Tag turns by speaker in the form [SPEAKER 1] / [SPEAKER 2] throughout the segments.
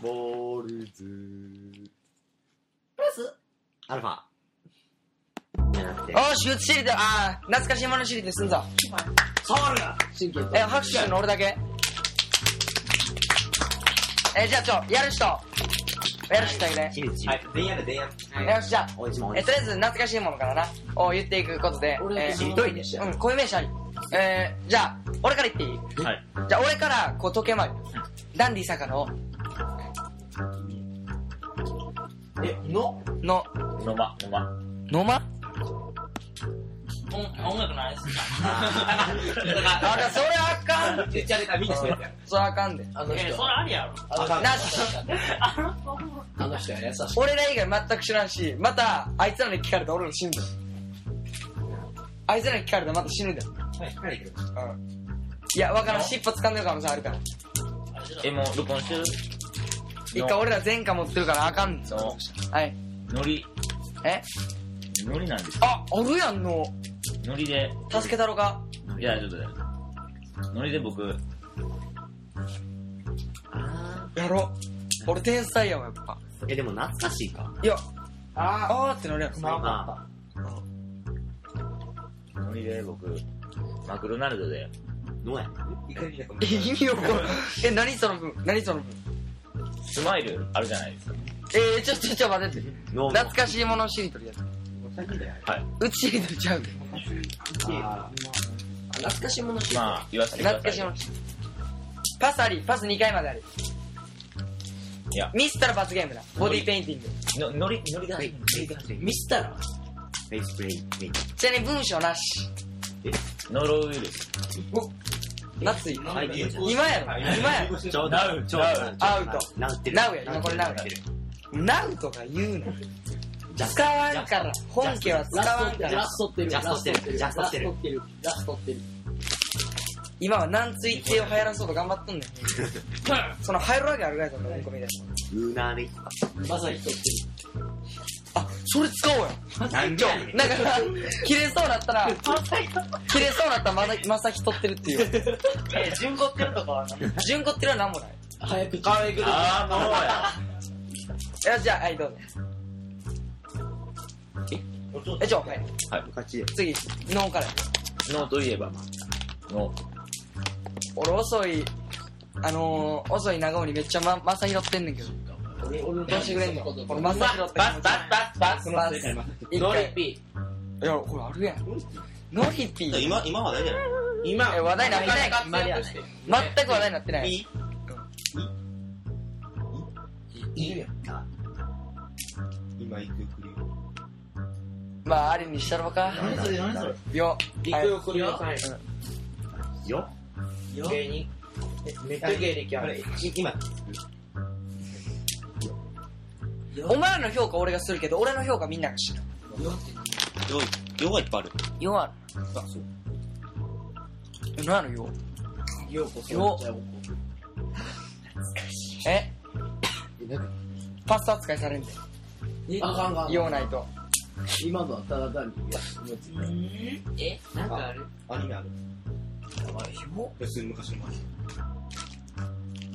[SPEAKER 1] ボールズ
[SPEAKER 2] プラス
[SPEAKER 1] アルファじゃなくて
[SPEAKER 3] おーし、うつしりで、あー、懐かしいものしりですんぞ。
[SPEAKER 1] ソウル神経
[SPEAKER 3] え、拍手やるの俺だけ。え、じゃあちょ、やる人。やる人いね。
[SPEAKER 1] 清水
[SPEAKER 4] はい、全員やる、全員やる。
[SPEAKER 3] よし、じゃあ、
[SPEAKER 1] おいちもんお
[SPEAKER 3] え、
[SPEAKER 1] いち
[SPEAKER 3] とりあえず懐かしいものからな、を言っていくことで、え
[SPEAKER 1] しりとりでし
[SPEAKER 3] ー、うん、こういう名詞あり。えー、じゃあ、俺から言っていい
[SPEAKER 4] はい。
[SPEAKER 3] じゃあ、俺から、こう、時計回り。ダンディ坂野
[SPEAKER 1] えの
[SPEAKER 3] の、
[SPEAKER 4] のま、のま。
[SPEAKER 3] のま
[SPEAKER 5] 音音楽のあれですか
[SPEAKER 3] あ、じゃあ、それあかん。
[SPEAKER 4] 言っちゃった、みんなしてるや
[SPEAKER 3] それあかんで。
[SPEAKER 1] あの
[SPEAKER 5] え、そ
[SPEAKER 1] 人
[SPEAKER 5] れありやろ。
[SPEAKER 1] あの
[SPEAKER 3] な
[SPEAKER 1] あの人は優しい
[SPEAKER 3] 俺ら以外全く知らんし、また、あいつらに聞かれたら俺ら死ぬんだよ。あいつらに聞かれたらまた死ぬんだよ。うん。いや、わからん。尻尾掴んでる可能性あるから。
[SPEAKER 5] あれじゃ
[SPEAKER 4] え、もう、録音してる
[SPEAKER 3] 一回俺ら前科持ってるからあかん。
[SPEAKER 4] その、
[SPEAKER 3] はい。
[SPEAKER 4] のり、
[SPEAKER 3] え
[SPEAKER 4] のりなんです。
[SPEAKER 3] あ、あるやんの。
[SPEAKER 4] のりで、
[SPEAKER 3] 助けたろか。
[SPEAKER 4] いや、ちょっとね。のりで僕、
[SPEAKER 3] やろ。俺天才やわ、やっぱ。
[SPEAKER 1] えでも懐かしいか
[SPEAKER 3] いや、あーってなるやん。
[SPEAKER 5] まあ
[SPEAKER 1] ま
[SPEAKER 4] のりで僕、マクドナルドで、
[SPEAKER 1] あのや
[SPEAKER 3] え意味わかんないえ、何その分何その分
[SPEAKER 4] スマイルあるじゃないですか。
[SPEAKER 3] えー、ちょ、ちょ、ちょ、待ってって。
[SPEAKER 1] の
[SPEAKER 3] 懐かしいものしりとりやった。
[SPEAKER 4] はい。
[SPEAKER 3] うちしりとりちゃうで。
[SPEAKER 1] あー懐かしいものし
[SPEAKER 4] まあ、言わせてください。
[SPEAKER 3] 懐かしいものしりパスあり、パス2回まであり。
[SPEAKER 4] いや
[SPEAKER 3] ミスったら罰ゲームだ。ボディーペインティング。
[SPEAKER 4] ののり、のりが
[SPEAKER 1] は
[SPEAKER 4] 入
[SPEAKER 1] い
[SPEAKER 4] っ
[SPEAKER 1] ミスったらフェイスプレイメイク
[SPEAKER 3] ちなみに文章なし。
[SPEAKER 4] ノロウイルス。
[SPEAKER 3] 夏井。
[SPEAKER 1] はい
[SPEAKER 3] 今やろ。今やろ。
[SPEAKER 1] ちょうど
[SPEAKER 4] ナウ
[SPEAKER 1] ち
[SPEAKER 4] ナウ
[SPEAKER 1] ょうどちょうど
[SPEAKER 3] アウト
[SPEAKER 1] ナウってる
[SPEAKER 3] ナウや今これナウや
[SPEAKER 1] ってる
[SPEAKER 3] ナウとか言うな。
[SPEAKER 1] ジャス
[SPEAKER 3] 使わんから。本家は使わんから。
[SPEAKER 2] ストって
[SPEAKER 1] ジャストってる
[SPEAKER 2] ラストってるラストってる
[SPEAKER 3] 今は軟水系を流行らそうと頑張っ とんねん。その流行るわけあるかいそんな文句みたいな。
[SPEAKER 1] うなりとか
[SPEAKER 2] まさに人って
[SPEAKER 3] あ、それ使おうよ。
[SPEAKER 1] 何じゃねん
[SPEAKER 3] だから、切れそうだったら、切れそうだったらまさまさき取ってるっていう。
[SPEAKER 5] え、順子ってるとかは何
[SPEAKER 3] 順子っていうのは何もない。
[SPEAKER 2] る早く可愛く
[SPEAKER 4] あー、もうや。
[SPEAKER 3] よし、じゃあ、はい、どうぞ。え、ちょ、はい。
[SPEAKER 1] 勝ちで
[SPEAKER 3] 次、脳から。
[SPEAKER 4] ノーといえば、ノー。
[SPEAKER 3] 俺遅い、あのー、遅い長尾にめっちゃま、まさ拾ってんねんけど。
[SPEAKER 2] 俺俺の
[SPEAKER 3] どうしてくれんの俺まさ拾って
[SPEAKER 4] バス、バス、バス、バス。
[SPEAKER 3] バス。一
[SPEAKER 4] ノリ
[SPEAKER 3] 回。
[SPEAKER 4] ピ
[SPEAKER 3] いや、これあるやん。ノリピー。
[SPEAKER 4] 今、今は大丈夫今
[SPEAKER 3] え話題になってない
[SPEAKER 5] 今やね
[SPEAKER 3] 全く話題になってない。
[SPEAKER 4] ピ
[SPEAKER 2] いるやん
[SPEAKER 4] 今行くく
[SPEAKER 3] まあ、あれにしたろか。
[SPEAKER 1] 何それ何それ
[SPEAKER 3] よ。
[SPEAKER 2] 陸
[SPEAKER 3] はい
[SPEAKER 2] をくるよ
[SPEAKER 1] よ
[SPEAKER 2] 芸人めっちゃ芸歴ある
[SPEAKER 1] 今
[SPEAKER 3] お前らの評価俺がするけど、俺の評価みんなが知る。
[SPEAKER 4] 用がいっぱいある。
[SPEAKER 3] よある。なのよ。
[SPEAKER 2] ようこそ
[SPEAKER 3] よえパス扱いされんで。
[SPEAKER 2] あかんかん
[SPEAKER 3] よないと。
[SPEAKER 2] 今のはただ単にいや思いついた
[SPEAKER 5] え、なんかある
[SPEAKER 4] アニメある。別に昔の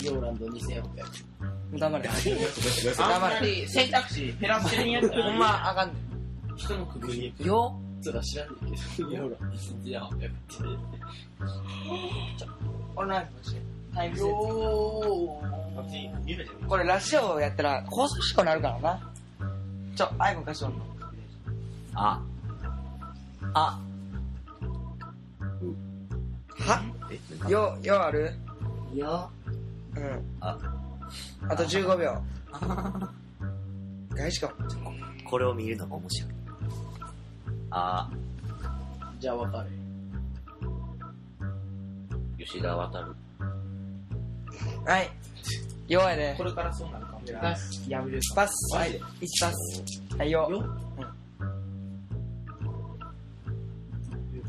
[SPEAKER 2] ヨーランド2600
[SPEAKER 3] 黙れ。
[SPEAKER 5] あん
[SPEAKER 3] 黙
[SPEAKER 5] ま
[SPEAKER 3] れ。
[SPEAKER 5] り選択肢減らしてるんやった
[SPEAKER 3] ほんま、あかんね
[SPEAKER 2] 人の首に
[SPEAKER 3] ん。よ。
[SPEAKER 2] つら知らんねんけどヨーランド2600
[SPEAKER 3] 俺の話して。タイムセッ
[SPEAKER 2] よ
[SPEAKER 3] ト。これラジオやったら放送事故になるからな。ちょ、アイコン貸しとんの。
[SPEAKER 1] あ
[SPEAKER 3] あ。はよ、よある
[SPEAKER 2] ーよ
[SPEAKER 3] うん。
[SPEAKER 1] あ
[SPEAKER 3] あと15秒。大事かも。
[SPEAKER 1] これを見るのが面白いあ
[SPEAKER 2] じゃあ分かる
[SPEAKER 4] 吉田渡る。
[SPEAKER 3] はい。弱いね
[SPEAKER 5] こ。れからそうなるかも。
[SPEAKER 2] やめる
[SPEAKER 3] パス。はい。1パス。はい、よ。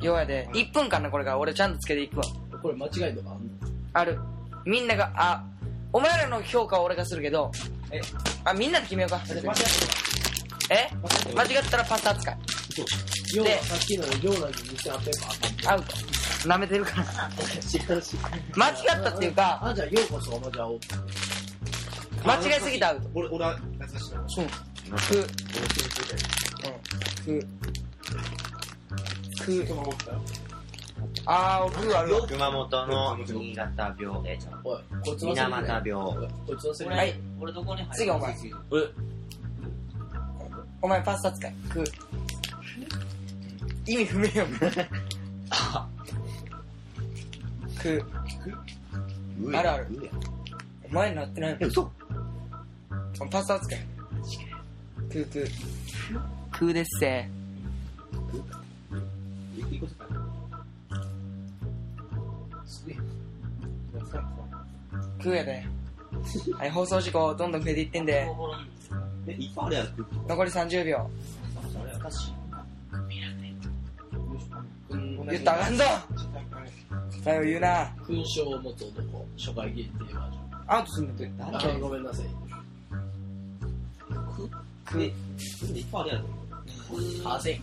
[SPEAKER 3] 弱いで。1分間な、これから。俺ちゃんとつけていくわ。
[SPEAKER 2] これ間違いとかあんの
[SPEAKER 3] ある。みんなが、あ、お前らの評価は俺がするけど、
[SPEAKER 5] え
[SPEAKER 3] あ、みんなで決めようか。
[SPEAKER 5] 間違
[SPEAKER 3] え間違ったらパス扱い。
[SPEAKER 2] 要はさっきのヨーランド2800あか
[SPEAKER 3] ア
[SPEAKER 2] ん
[SPEAKER 3] ウト。舐めてるから。
[SPEAKER 2] 知らんし
[SPEAKER 3] 間違ったっていうか、
[SPEAKER 2] あじゃあようこそまじゃあ
[SPEAKER 1] あ
[SPEAKER 3] 間違えすぎてアウト。
[SPEAKER 4] 俺、俺は懐かしいな。
[SPEAKER 3] うん。く、うん、く、く、
[SPEAKER 2] 熊本よ
[SPEAKER 3] あー、くあるわ。
[SPEAKER 1] 熊本の新潟病、えーちょ
[SPEAKER 2] おい、こいつの
[SPEAKER 1] 水俣
[SPEAKER 2] だ
[SPEAKER 1] 病。
[SPEAKER 2] こいつのせいだ
[SPEAKER 3] は
[SPEAKER 2] よ
[SPEAKER 3] い。
[SPEAKER 5] 俺どこに入る
[SPEAKER 3] 次お前。お前パスタ使い。く。意味不明よ。 く。
[SPEAKER 1] う
[SPEAKER 3] あるある
[SPEAKER 1] うや
[SPEAKER 3] お前になってない
[SPEAKER 1] え、
[SPEAKER 3] の。
[SPEAKER 1] 嘘
[SPEAKER 3] パスタ使い。くく。くですせ。
[SPEAKER 4] いいことか
[SPEAKER 3] くやで。はい、放送事故どんどん増えていってんで、
[SPEAKER 4] え、いっぱいあるやん。
[SPEAKER 3] 残り30秒。言ったらあかんぞ答えを言うな。
[SPEAKER 2] 勲章を持つ男、初回限定バージ
[SPEAKER 3] アウトすんのって。
[SPEAKER 2] ョン。あー、ごめんなさい。
[SPEAKER 3] く。
[SPEAKER 4] いっぱいあるやん。
[SPEAKER 2] パーセン。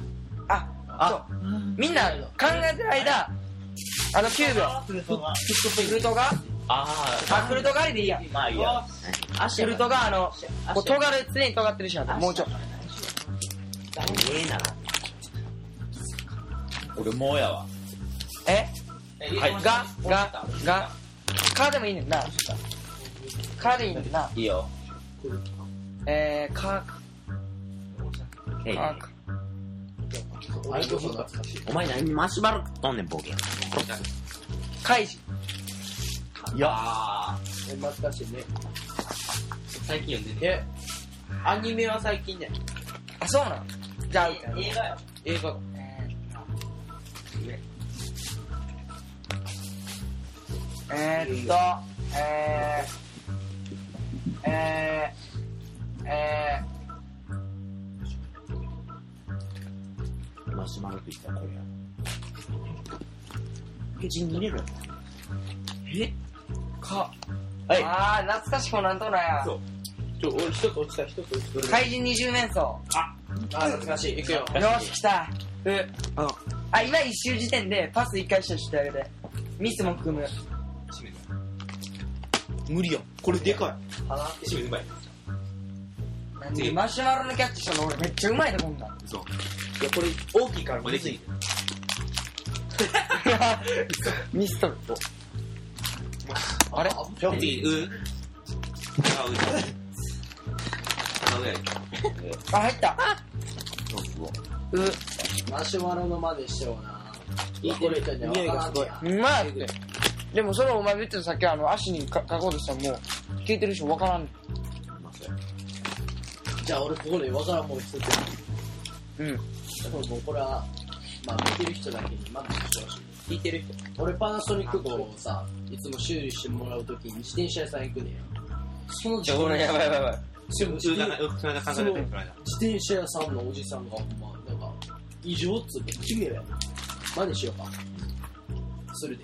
[SPEAKER 3] あ、
[SPEAKER 1] あ
[SPEAKER 3] そう。みんな考えてる間、あの9秒。
[SPEAKER 5] フルトが
[SPEAKER 3] フルトが、
[SPEAKER 5] あ
[SPEAKER 3] あ、フルトがありでいいや。
[SPEAKER 5] まあいいや
[SPEAKER 3] フルトがあの、こう尖る、常に尖ってる人なんで、もうちょい。
[SPEAKER 1] ええな。
[SPEAKER 6] 俺もうやわ。
[SPEAKER 3] え
[SPEAKER 5] はい
[SPEAKER 3] が、が、が、かでもいいねんな。かでいいねんな。
[SPEAKER 6] いいよ。
[SPEAKER 3] えー、か、
[SPEAKER 1] えい
[SPEAKER 3] か、か
[SPEAKER 2] あれこそ懐かしい。
[SPEAKER 1] お前何マシュマロ食っとんねん、ボケ。
[SPEAKER 3] カイジ。
[SPEAKER 6] いやー。
[SPEAKER 2] え懐かしいね。
[SPEAKER 5] 最近読んでる
[SPEAKER 2] え、アニメは最近ね。
[SPEAKER 3] あ、そうなんじゃあ、アウトやな
[SPEAKER 5] 映画よ
[SPEAKER 2] 映画。
[SPEAKER 3] えーえーっと、えー、えー、え
[SPEAKER 1] マシュマロと言ったらこれや。ページに入れろよ。
[SPEAKER 3] ー、か、
[SPEAKER 6] はい
[SPEAKER 3] あー、懐かしくもなんともないや
[SPEAKER 2] そ。ちょ、俺一つ落ちた、一つ落ちた。
[SPEAKER 3] 怪人二十面相。
[SPEAKER 2] あー、懐かしい。いくよ。
[SPEAKER 3] よし、来た。う、あ、今一周時点でパス一回したしてあげて。ミスも含む。
[SPEAKER 4] 締めて。
[SPEAKER 6] 無理よ。
[SPEAKER 4] これでか
[SPEAKER 2] 鼻
[SPEAKER 4] い。締めてうまい。
[SPEAKER 3] なんでマシュマロのキャッチしたの俺めっちゃうまいで、こんなん。
[SPEAKER 4] そう。
[SPEAKER 2] いや、これ大きいから
[SPEAKER 4] これできる。
[SPEAKER 3] ミスとる。あれ
[SPEAKER 4] ぴょんぴうん。あ、うん。あ、うんやん。
[SPEAKER 3] あ、入った。う、
[SPEAKER 2] マシュマロの真似しような。いいこれじゃね、わからんねや。
[SPEAKER 3] うまいって。でもそれをお前言ってたさっきあの足にか書こうとしたらもう聞いてる人わからん。
[SPEAKER 2] じゃあ俺ここでわからんもん一つ。
[SPEAKER 3] うん。
[SPEAKER 2] もうこれは、まあ見てる人だけにまずしてほしい。聞いてる人。俺パナソニック号をさ、いつも修理してもらうときに自転車屋さん行くねや。その自
[SPEAKER 6] じゃあ、俺、
[SPEAKER 2] 転
[SPEAKER 6] やばいやばいやばい。
[SPEAKER 2] でも
[SPEAKER 4] う
[SPEAKER 2] 自
[SPEAKER 4] ん、なん
[SPEAKER 2] 転
[SPEAKER 4] か、うん、それが考えてるからだ。
[SPEAKER 2] 自転車屋さんのおじさんがほんま、なんか、異常っつうて、きれいや。真似しようか。するで。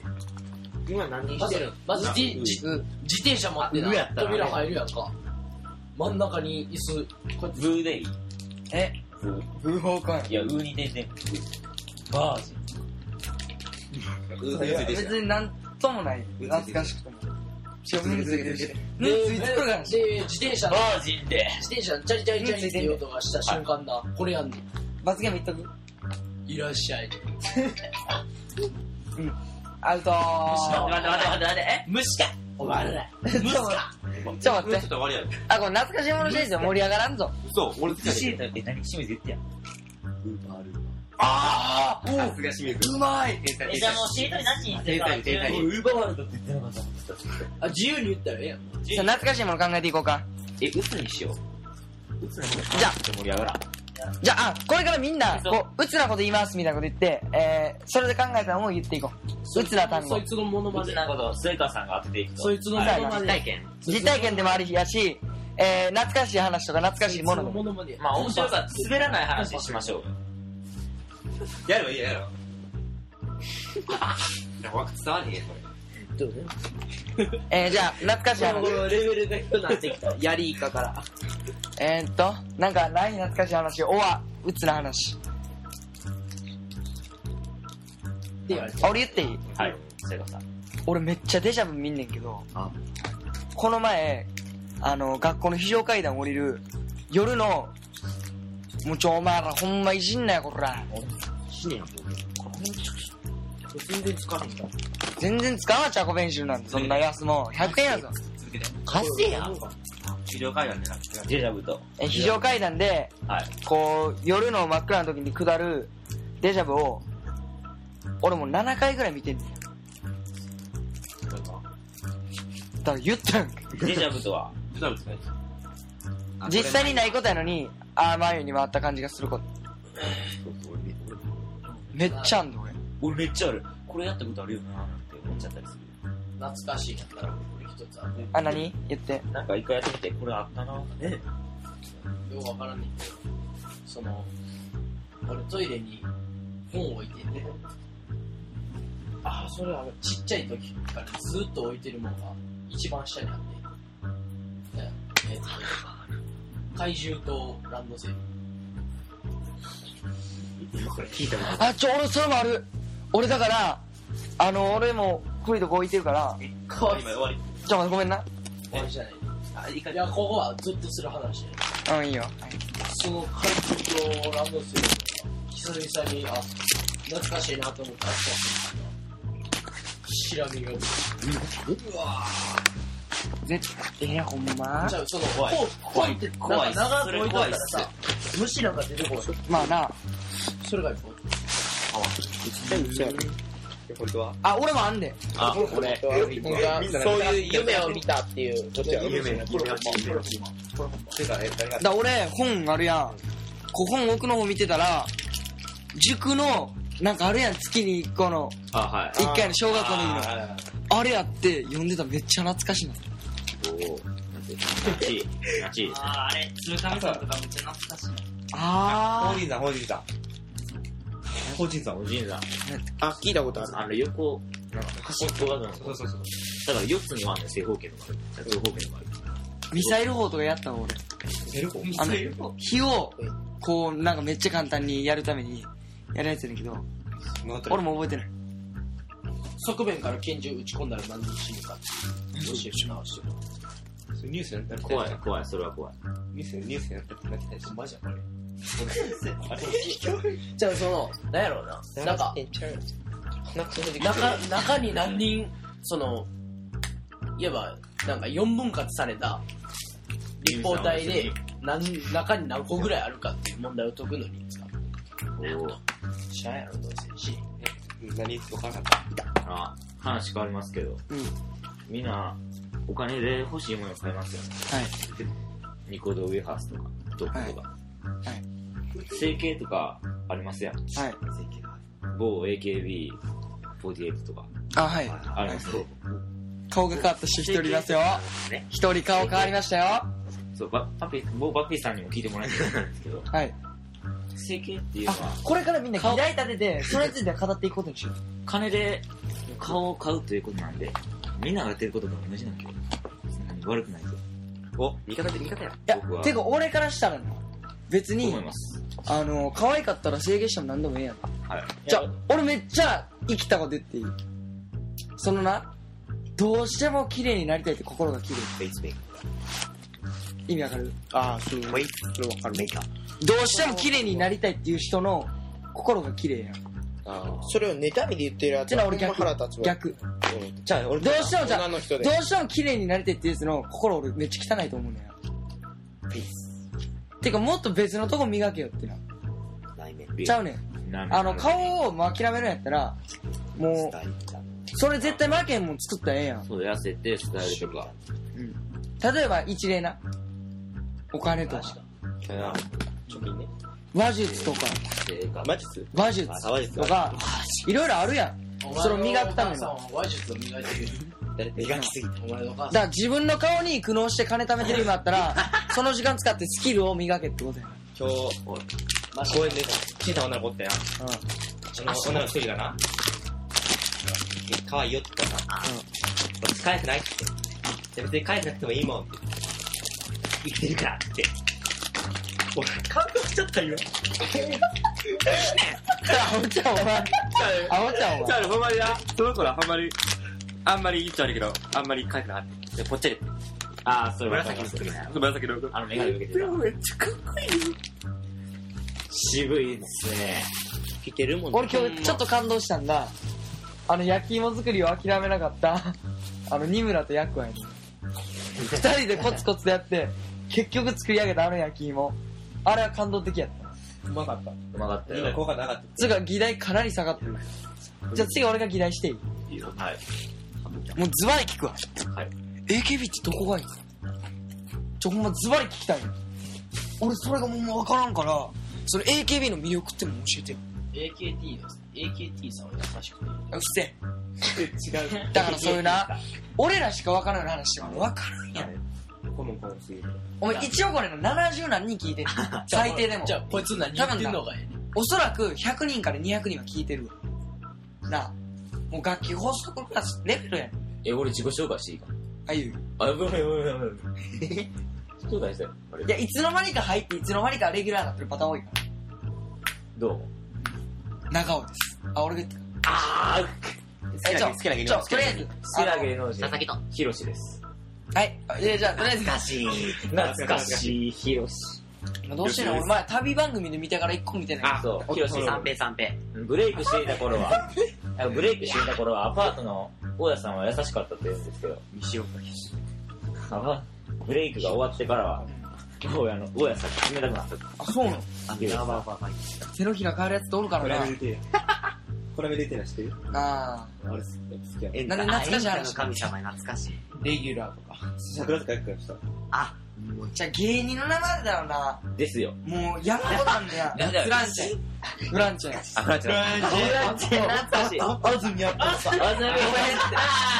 [SPEAKER 1] 今何
[SPEAKER 2] ま
[SPEAKER 1] して
[SPEAKER 2] ず
[SPEAKER 1] るの、
[SPEAKER 2] まず自転自
[SPEAKER 3] う、
[SPEAKER 2] 自転車持ってな
[SPEAKER 1] あ上やったらね
[SPEAKER 2] 扉入るやんか。真ん中に椅子、こうやって
[SPEAKER 6] ブーでいい
[SPEAKER 3] え、風法か
[SPEAKER 6] いや、ウーに出てん。バージ
[SPEAKER 4] うん、うん、うん。
[SPEAKER 3] 別になんともない。
[SPEAKER 4] うん
[SPEAKER 3] 懐かしくても。しかも、うんついてるし。うんつ
[SPEAKER 2] で
[SPEAKER 3] いてるからし。
[SPEAKER 2] で、自転車
[SPEAKER 6] ン。バ、ージンで。
[SPEAKER 2] 自転車のチャリチャリチャリっていう音がした瞬間だ。これやんね
[SPEAKER 3] 罰ゲームいっとく
[SPEAKER 2] ん。いらっしゃい。
[SPEAKER 5] 待って待って待って待
[SPEAKER 3] アウト
[SPEAKER 5] ってえ
[SPEAKER 6] 虫か
[SPEAKER 2] お前ら。
[SPEAKER 3] ー。ちょっとちょっと
[SPEAKER 4] ち
[SPEAKER 3] 待
[SPEAKER 4] ょ
[SPEAKER 3] っ。
[SPEAKER 4] ってと終わりやろ。
[SPEAKER 3] あ、これ懐かしいものシリーズは盛り上がらんぞ。
[SPEAKER 4] 嘘、俺つ
[SPEAKER 6] 美
[SPEAKER 4] け
[SPEAKER 6] しい
[SPEAKER 4] て
[SPEAKER 6] とって何清水言ってやん。
[SPEAKER 4] ああさすが清水。うまい天才
[SPEAKER 5] えじゃあもうシートになしにして
[SPEAKER 4] 天
[SPEAKER 5] るから
[SPEAKER 4] 才、天才。
[SPEAKER 6] ウーバーワールドって言ってなかったもん。
[SPEAKER 2] あ、自由に言ったらええやん。
[SPEAKER 3] さあ懐かしいもの考えていこうか。
[SPEAKER 6] え、ウツにしよう。ウツの方が
[SPEAKER 3] じゃあ
[SPEAKER 6] 盛り上がらん。
[SPEAKER 3] じゃあ、あこれからみんな、こう、うつなこと言いますみたいなこと言って、えー、それで考えたのを言っていこう。うつな単語
[SPEAKER 2] そい。つのモノマ
[SPEAKER 6] ウツ
[SPEAKER 2] ネ。
[SPEAKER 6] なこと、スイカさんが当てていくと。
[SPEAKER 2] そいつのモノマ
[SPEAKER 1] 実
[SPEAKER 2] ネ
[SPEAKER 1] 体。験
[SPEAKER 3] 実体験でもありやし、えー、懐かしい話とか懐かしいものでも。
[SPEAKER 2] のマネ。
[SPEAKER 6] まあ、面白かった。滑らない話しましょうよ。
[SPEAKER 4] やればいいやろ。やばく伝わねえよ、こ
[SPEAKER 2] どうね。
[SPEAKER 3] えー、じゃあ、懐かしい話。
[SPEAKER 2] レベルが低くなってきた。やりイカから。
[SPEAKER 3] えー、っと、なんか、ない懐かしい話、おわ、うつな話。
[SPEAKER 2] でやる。
[SPEAKER 3] あ俺言っていい
[SPEAKER 6] はい、スイカさん。
[SPEAKER 3] 俺めっちゃデジャブ見んねんけど
[SPEAKER 1] あ、
[SPEAKER 3] この前、あの、学校の非常階段降りる、夜の、もうちょ、お前らほんまいじんなよ、こら。
[SPEAKER 1] 死ねやん、もう。全然使わへんから。
[SPEAKER 3] 全然使わんわ、チャコペンシルなんて、そんな安もん。100円やぞ。
[SPEAKER 6] 続けて。
[SPEAKER 1] 貸せや
[SPEAKER 6] 治療会談でなくて、ジェジャブと。
[SPEAKER 3] え、非常階段で、
[SPEAKER 6] はい。
[SPEAKER 3] こう、夜の真っ暗の時に下るデジャブを、俺もう7回ぐらい見てんねん。だから言ったやん
[SPEAKER 6] ジェジャブとは、
[SPEAKER 4] ジェジャブ使いです
[SPEAKER 3] 実際にないことやのに、ああ、前に回った感じがすること。めっちゃあんの、俺。
[SPEAKER 6] 俺めっちゃある。これやったことあるよなーって思っちゃったりする。
[SPEAKER 2] 懐かしいやったら俺一つある
[SPEAKER 3] あ、何言って。
[SPEAKER 6] なんか一回やってみて、これあったなえ
[SPEAKER 2] よくわからんねんけどその俺トイレに本置いてんねああそれあのちっちゃい時からずっと置いてるもんが一番下にあってでえっと怪獣とランドセル
[SPEAKER 1] これ聞いたこと
[SPEAKER 3] あ、ちょ、俺、それもある。俺だから、あの、俺も、古いとこ置いてるから、
[SPEAKER 2] かわい
[SPEAKER 6] 今終わり。
[SPEAKER 3] ちょ、ごめんな。
[SPEAKER 2] 俺じゃない
[SPEAKER 6] あ、いいか
[SPEAKER 2] いやここはずっとする話や
[SPEAKER 3] うん、いいよ。
[SPEAKER 2] その怪獣とランドセル久々にあ懐かしいなと思ったあそうなんだシラミがうわー
[SPEAKER 3] 絶対、え、ほんま
[SPEAKER 2] じゃあその
[SPEAKER 6] 怖い
[SPEAKER 2] こうこうって
[SPEAKER 6] 怖い
[SPEAKER 2] なんか長
[SPEAKER 6] そ
[SPEAKER 2] く
[SPEAKER 6] れ
[SPEAKER 2] 置いてあったら
[SPEAKER 6] 怖い
[SPEAKER 2] さ虫なんか出てこない
[SPEAKER 3] まあな。
[SPEAKER 2] それがこう
[SPEAKER 3] あ、俺もあんねん。
[SPEAKER 4] あ、
[SPEAKER 7] これ、そういう夢を見たっていうことやろ。
[SPEAKER 4] 有名な、有名な、有名な。
[SPEAKER 3] だ俺、本あるやん。こう本奥の方見てたら、塾の、なんかあるやん、月に1個の、
[SPEAKER 4] あ、はい。
[SPEAKER 3] 1回の小学校の時の。
[SPEAKER 4] あ
[SPEAKER 3] あれやって、読んでたらめっちゃ懐かしいな。
[SPEAKER 6] ち、ち。
[SPEAKER 5] あーあれ、鶴神さんとかめっちゃ懐かしい。
[SPEAKER 3] あ
[SPEAKER 4] 人さん、法人さん。法人さん、法人さん。
[SPEAKER 7] あ、聞いたことある。
[SPEAKER 6] あの、横、なんか、端っこがなんか、
[SPEAKER 4] そうそうそう。
[SPEAKER 6] だから4つに割んねん、正方形のがある。正方形のがある。
[SPEAKER 3] ー、ミサイル砲とかやったの俺。
[SPEAKER 4] セルコ
[SPEAKER 3] あの、火を、こう、なんかめっちゃ簡単にやるために、やるやつやねんけど、俺も覚えてない。
[SPEAKER 2] 側面から拳銃撃ち込んだら何で死ぬかっていう教え直してる
[SPEAKER 4] ニュースやったら
[SPEAKER 6] 怖い、。怖い、それは怖い。
[SPEAKER 4] ニュース、ニュースやったら泣きたい
[SPEAKER 2] マジやこれじゃあそのなんやろうななんか中中に何人そのいわばなんか4分割された立方体で何中に何個ぐらいあるかっていう問題を解くのに使う知らんやろどうせし
[SPEAKER 4] 何言ってかなかった。
[SPEAKER 6] あ、話変わりますけど、
[SPEAKER 3] うん。はい。
[SPEAKER 6] みんな、お金で欲しいものを買いますよね。ニコ動ウェハースとか、ドッグとか。
[SPEAKER 3] いはい
[SPEAKER 6] 整形とか、ありますやん。
[SPEAKER 3] はい。
[SPEAKER 6] 某 AKB48 とか、
[SPEAKER 3] あ、はい。
[SPEAKER 6] ありますよ。
[SPEAKER 3] 顔が変わったし、一人いますよ。一人顔変わりましたよ。
[SPEAKER 6] そう、ばパピ、某バピさんにも聞いてもらいたいんですけど、
[SPEAKER 3] はい。
[SPEAKER 6] 整形っていうの
[SPEAKER 3] あ
[SPEAKER 6] は、、
[SPEAKER 3] これからみんな議題立てて、それについて語っていくことにしよう。
[SPEAKER 6] 金で顔を買うということなんで、みんながやってることと同じなんだけど、そんなに悪くないと
[SPEAKER 4] お、味方で味方や。
[SPEAKER 3] いや
[SPEAKER 6] 僕、は
[SPEAKER 3] てか俺からしたらな、別に
[SPEAKER 6] 思い、ます。
[SPEAKER 3] あの、可愛かったら整形しても何でもええやん。
[SPEAKER 6] はい。
[SPEAKER 3] じゃあ、俺めっちゃ生きたこと言っていいそのな、どうしても綺麗になりたいって心が綺麗。
[SPEAKER 6] フェイスペイン。
[SPEAKER 3] 意味わかる
[SPEAKER 7] ああ、そう、メイそれわかる、メイカ。
[SPEAKER 3] どうしても綺麗になりたいっていう人の心が綺麗やん。
[SPEAKER 7] それを妬みで言ってるやつ
[SPEAKER 3] じゃあ俺逆
[SPEAKER 7] 腹立つ。わ。
[SPEAKER 3] 逆。
[SPEAKER 4] じゃあ、俺
[SPEAKER 3] どうしてもじゃあ
[SPEAKER 7] 女の人で
[SPEAKER 3] どうしても綺麗になりたいっていうやつの心俺めっちゃ汚いと思うのよ。てかもっと別のとこ磨けよってな。
[SPEAKER 1] ないね。
[SPEAKER 3] ちゃうねん。あの、顔をもう諦めるんやったら、もう、それ絶対負けへんもん作ったらええやん。
[SPEAKER 6] そう、痩せて、スタイルとか。
[SPEAKER 3] 例えば一例なお金とか
[SPEAKER 4] 貯金ね。
[SPEAKER 3] 話術とか
[SPEAKER 6] 性格
[SPEAKER 4] マジス
[SPEAKER 3] 話術
[SPEAKER 4] 沢術
[SPEAKER 3] とかいろいろあるやんそれを磨くための
[SPEAKER 2] お前のお母さんは話術を磨いてる
[SPEAKER 4] 磨きすぎて。
[SPEAKER 2] お 前のお母
[SPEAKER 3] だ
[SPEAKER 2] さ
[SPEAKER 3] から自分の顔に苦悩して金貯めてる今あったらその時間使ってスキルを磨けってことや ん
[SPEAKER 4] 今日、公園で小さな女の子おったやん。あの、女の子一人がな。可愛いよって言ったらな。うん。使えてないって。じゃあ別に返せなくてもいいもんって。生きてるからって。俺、感動しちゃったよ。
[SPEAKER 3] あお ちゃんお前あおちゃんお
[SPEAKER 4] じゃ
[SPEAKER 3] 前
[SPEAKER 4] あ、ほんまにな、その子ら、ほんまに、あんまり言っちゃ悪いけど、あんまり書いてなかった。で、ぽっちゃり。
[SPEAKER 6] ああ、そういう
[SPEAKER 4] 紫の服ね。
[SPEAKER 6] 紫の服。あの、メガネかけてる。
[SPEAKER 7] めっちゃかっこいいよ。
[SPEAKER 6] 渋いですね。
[SPEAKER 7] 着てるもん
[SPEAKER 3] 俺今日ちょっと感動したんだ。あの、焼き芋作りを諦めなかった、 あの、ニムラとヤックワに。二人でコツコツやって、結局作り上げたあの焼き芋。あれは感動的やった。
[SPEAKER 1] うまかった。
[SPEAKER 6] うまかった
[SPEAKER 4] みんな
[SPEAKER 6] よ。
[SPEAKER 4] 効果なかった。
[SPEAKER 3] つうか、議題かなり下がってる。じゃあ次俺が議題していい
[SPEAKER 6] いいよはい。
[SPEAKER 3] もうズバリ聞くわ。
[SPEAKER 6] はい
[SPEAKER 3] AKB ってどこがいいのちょ、ほんまズバリ聞きたいの俺それがもうわからんから、それ AKB の魅力ってのも教えてよ。
[SPEAKER 2] AKT です。AKT さんは優しくて。
[SPEAKER 3] うっせえ。 違う。だからそういうな、俺らしかわからんような話はわからんやん。
[SPEAKER 4] この顔すぎる。
[SPEAKER 3] お前一応これの70何人聞いてる。最低でも
[SPEAKER 2] じ。ゃあ、こいつ何言ってんのがええね
[SPEAKER 3] おそらく100人から200人は聞いてるわ。なあ。もう楽器法則クラスレベルやん。
[SPEAKER 6] え、俺自己紹介していいか
[SPEAKER 3] あいう。
[SPEAKER 6] あ、やばいやばいやばいやばい。自己紹介して。あ
[SPEAKER 3] いや、
[SPEAKER 6] れ
[SPEAKER 3] いつの間にか入って、いつの間にかレギュラーになってるパターン多いか
[SPEAKER 6] どう
[SPEAKER 3] ら。長尾です。あ、俺が言った。
[SPEAKER 6] あ
[SPEAKER 3] え、ちょ、
[SPEAKER 4] 好きな芸
[SPEAKER 3] ち
[SPEAKER 4] 人
[SPEAKER 3] ょ、とりあえず。
[SPEAKER 6] あ好きな芸能人
[SPEAKER 5] 佐。々木と。
[SPEAKER 6] ヒロシです。
[SPEAKER 3] はい。え、じゃあ、とりあえず、
[SPEAKER 6] かしい。懐かしい、ヒロシ。
[SPEAKER 3] どうしてんの俺前、旅番組で見たから一個見てない。
[SPEAKER 6] あ、そう、ヒロ
[SPEAKER 5] 広
[SPEAKER 6] シ
[SPEAKER 5] 瀬三平三平。
[SPEAKER 6] ブレイクしていた頃 は、あブレイクしていた頃は、アパートの大家さんは優しかったって言うんですけど、
[SPEAKER 5] 西岡東。
[SPEAKER 6] アパブレイクが終わってからは、大家の、大家さんが冷たくなったって
[SPEAKER 3] あ、そうなの
[SPEAKER 6] いう。
[SPEAKER 3] 手のひら変えるやつとおるから
[SPEAKER 4] これ
[SPEAKER 3] な
[SPEAKER 4] め。でてえや。これめでてえな知ってる
[SPEAKER 3] あ
[SPEAKER 4] あれ好きや。
[SPEAKER 5] エン
[SPEAKER 3] なんで懐かしい話
[SPEAKER 5] エンタの神様に懐かしい。
[SPEAKER 2] レギュラーとか。
[SPEAKER 4] 桜塚行くからした。
[SPEAKER 5] あ、
[SPEAKER 3] ーじゃあ芸人の名前だよな。
[SPEAKER 6] ですよ。
[SPEAKER 3] もう、山子なんだよ。
[SPEAKER 6] なんだよ
[SPEAKER 3] フランチェ。フラン チェ。
[SPEAKER 6] あ、フランチェだ。
[SPEAKER 5] 懐かしい。
[SPEAKER 1] あ、あずみやっぱさ。
[SPEAKER 6] あ、なるほ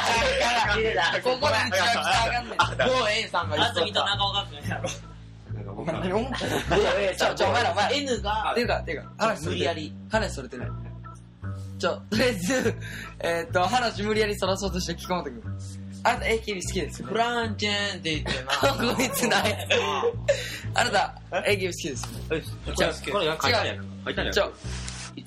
[SPEAKER 3] ここで一番来たらあかんねん。
[SPEAKER 2] 某 A さんが言
[SPEAKER 5] あ
[SPEAKER 2] っ
[SPEAKER 5] ず
[SPEAKER 2] と
[SPEAKER 5] み
[SPEAKER 2] っ
[SPEAKER 5] と
[SPEAKER 2] た。
[SPEAKER 5] 長岡君やろ。
[SPEAKER 3] お 前何お前
[SPEAKER 6] ど。
[SPEAKER 3] ちょ、ちょ、お前ら、お前ら。
[SPEAKER 5] N が
[SPEAKER 3] ていうか、ていうか、話無理やり。話それてない。ちょ、とりあえず、 えーっと、話無理やりそらそうとして聞こうとくん。あなた AKB 好きですよ
[SPEAKER 2] フ
[SPEAKER 3] ね。
[SPEAKER 2] ランチェンって言ってな。
[SPEAKER 3] こいつない。あなた AKB 好きですよね。
[SPEAKER 4] これ好き。これ書いてあるやん。書いてあるやん。
[SPEAKER 3] ちょ、い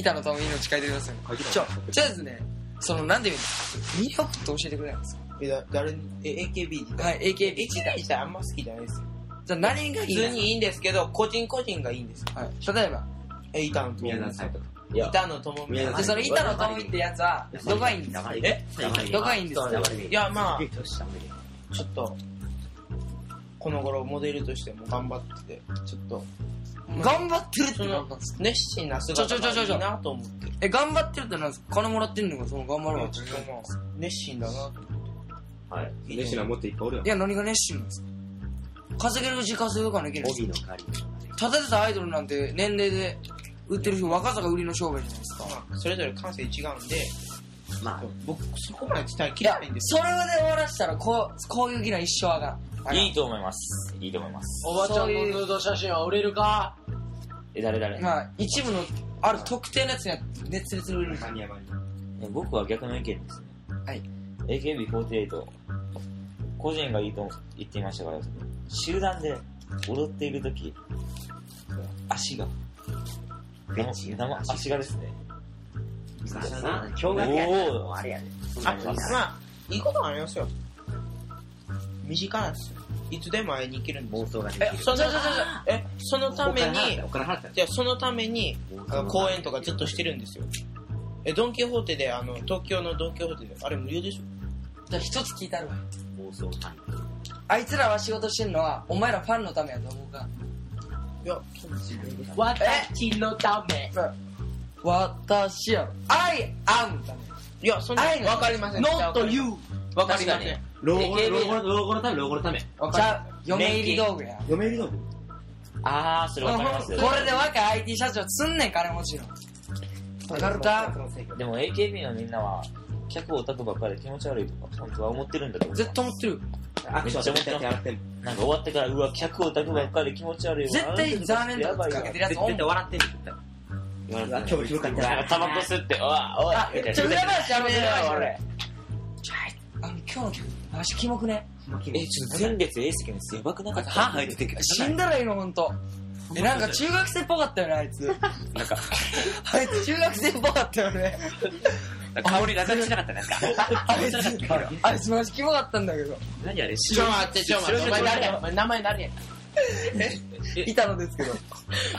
[SPEAKER 3] 板野友美の誓いてください。
[SPEAKER 4] 書いてある
[SPEAKER 3] ちょ、とりあえずね、その、なんていうんですか、魅力って教えてくれないんです
[SPEAKER 1] え、だ誰に、え、AKB に。
[SPEAKER 3] かはい、AKB 自体。
[SPEAKER 1] AKB 自体あんま好きじゃないですよ。
[SPEAKER 3] じゃあ何がい
[SPEAKER 1] 普
[SPEAKER 3] いの
[SPEAKER 1] 通にいいんですけど、個人個人がいいんですよ。
[SPEAKER 3] はい、例えば、
[SPEAKER 1] え、板野友
[SPEAKER 4] 宮
[SPEAKER 1] 美
[SPEAKER 4] 田
[SPEAKER 1] さ
[SPEAKER 4] さ
[SPEAKER 1] ん
[SPEAKER 4] ん
[SPEAKER 1] と
[SPEAKER 4] と
[SPEAKER 1] か。
[SPEAKER 4] か。
[SPEAKER 6] いや、
[SPEAKER 1] 板野友美さん
[SPEAKER 3] でその板野友美ってやつは、どこがいいんですか
[SPEAKER 6] え
[SPEAKER 3] どこがいいんですか
[SPEAKER 1] いや、まあ、ちょっと、この頃モデルとしても頑張ってて、ちょっと、
[SPEAKER 3] 頑張ってるってなんなんですか
[SPEAKER 1] 熱心な姿がいいなと思って。
[SPEAKER 3] え、頑張ってるってなんですか金もらってんのか、その頑張るわ。
[SPEAKER 1] ちょっともう、熱心だなと思って。
[SPEAKER 6] はい。
[SPEAKER 4] 熱心なもっといっぱいおるやん
[SPEAKER 3] い。や、何が熱心なんですか稼げるうち稼ぐからいけない
[SPEAKER 6] 帯の狩り。
[SPEAKER 3] ただでさえアイドルなんて年齢で売ってる人、若さが売りの商売じゃないですか。
[SPEAKER 1] まあ、それぞれ感性違うんで、
[SPEAKER 6] ま
[SPEAKER 1] 僕、そこまで伝えき
[SPEAKER 3] い
[SPEAKER 1] れ
[SPEAKER 3] や
[SPEAKER 1] ないんです
[SPEAKER 3] それで終わらしたら、こう、こういう議論一生あが
[SPEAKER 6] あ、
[SPEAKER 3] ん。
[SPEAKER 6] いいと思います。いいと思います。
[SPEAKER 2] おばちゃんのヌード写真は売れるか
[SPEAKER 6] え、誰誰
[SPEAKER 3] まあ、一部の、ある特定のやつには熱烈に売れる。
[SPEAKER 4] 谷山に。
[SPEAKER 6] え僕は逆の意見ですね。
[SPEAKER 3] はい。
[SPEAKER 6] AKB48、個人がいいと言っていましたから、集団で踊っているとき、足が、生生足がですね。
[SPEAKER 5] 昔はな
[SPEAKER 6] お
[SPEAKER 5] 驚愕やったの
[SPEAKER 6] お
[SPEAKER 5] もあれやで。
[SPEAKER 1] あまあ、いいことはありますよ。身近なんですよ。いつでも会いに行けるんです
[SPEAKER 5] 想
[SPEAKER 1] よ。
[SPEAKER 5] が
[SPEAKER 1] え、その、え、そのために、
[SPEAKER 5] お金払ったよ
[SPEAKER 1] じゃあそのために、あの公演とかずっとしてるんですよ。え、ドンキホーテで、あの、東京のドンキホーテで、あれ無料でしょ
[SPEAKER 3] じゃあ一つ聞いたるわ。
[SPEAKER 5] 妄想探偵
[SPEAKER 3] あいつらは仕事してんのは、お前らファンのためやと思うか。
[SPEAKER 1] いや、
[SPEAKER 2] 私のため。
[SPEAKER 3] 私やろ。I am ため。
[SPEAKER 1] いや、そんな、
[SPEAKER 3] 愛の
[SPEAKER 1] わかりません。
[SPEAKER 2] not
[SPEAKER 1] う。
[SPEAKER 2] you.
[SPEAKER 1] わかりません。
[SPEAKER 4] 老後の老後のため、老後のため。
[SPEAKER 1] わ
[SPEAKER 3] じ
[SPEAKER 1] か
[SPEAKER 3] ゃあ、嫁入り道具や。
[SPEAKER 4] 嫁入りの
[SPEAKER 6] あー、それわかりますよ。
[SPEAKER 3] これで若い IT 社長つんねん、金持ちの。わかるか
[SPEAKER 6] でも AKB のみんなは、客を叩くばっかりで気持ち悪いとか、本当は思ってるんだと思う。
[SPEAKER 3] 絶対思ってる。
[SPEAKER 4] アクションとかやってん
[SPEAKER 6] なんか終わってから、うわ、客を叩くばっかりで気持ち悪いわ。
[SPEAKER 3] 絶対ザーメンとかつかけてるやつおんもん
[SPEAKER 5] 笑ってんの
[SPEAKER 6] 言われて
[SPEAKER 4] 今
[SPEAKER 6] ない
[SPEAKER 4] 日広かった
[SPEAKER 6] なんかタバコ吸って、おい、おい、みたいな。
[SPEAKER 3] ちょ、裏話やめてよ、俺。あの、今日の曲、マジキモくね。
[SPEAKER 6] え、ちょっと前列 A 席のやつやばくなかった
[SPEAKER 4] 歯生えててんけど
[SPEAKER 3] 死んだらいいの、ほんと。え、なんか中学生っぽかったよね、あいつ。なんか。あいつ中学生っぽかったよね。
[SPEAKER 4] だから香り楽にしなかったですか
[SPEAKER 3] あいつ、あいつマジキモかったんだけど。
[SPEAKER 4] 何あれ
[SPEAKER 1] ちょっと待って、ちょっと待って、お前誰やお前名前誰や
[SPEAKER 3] いたのですけど。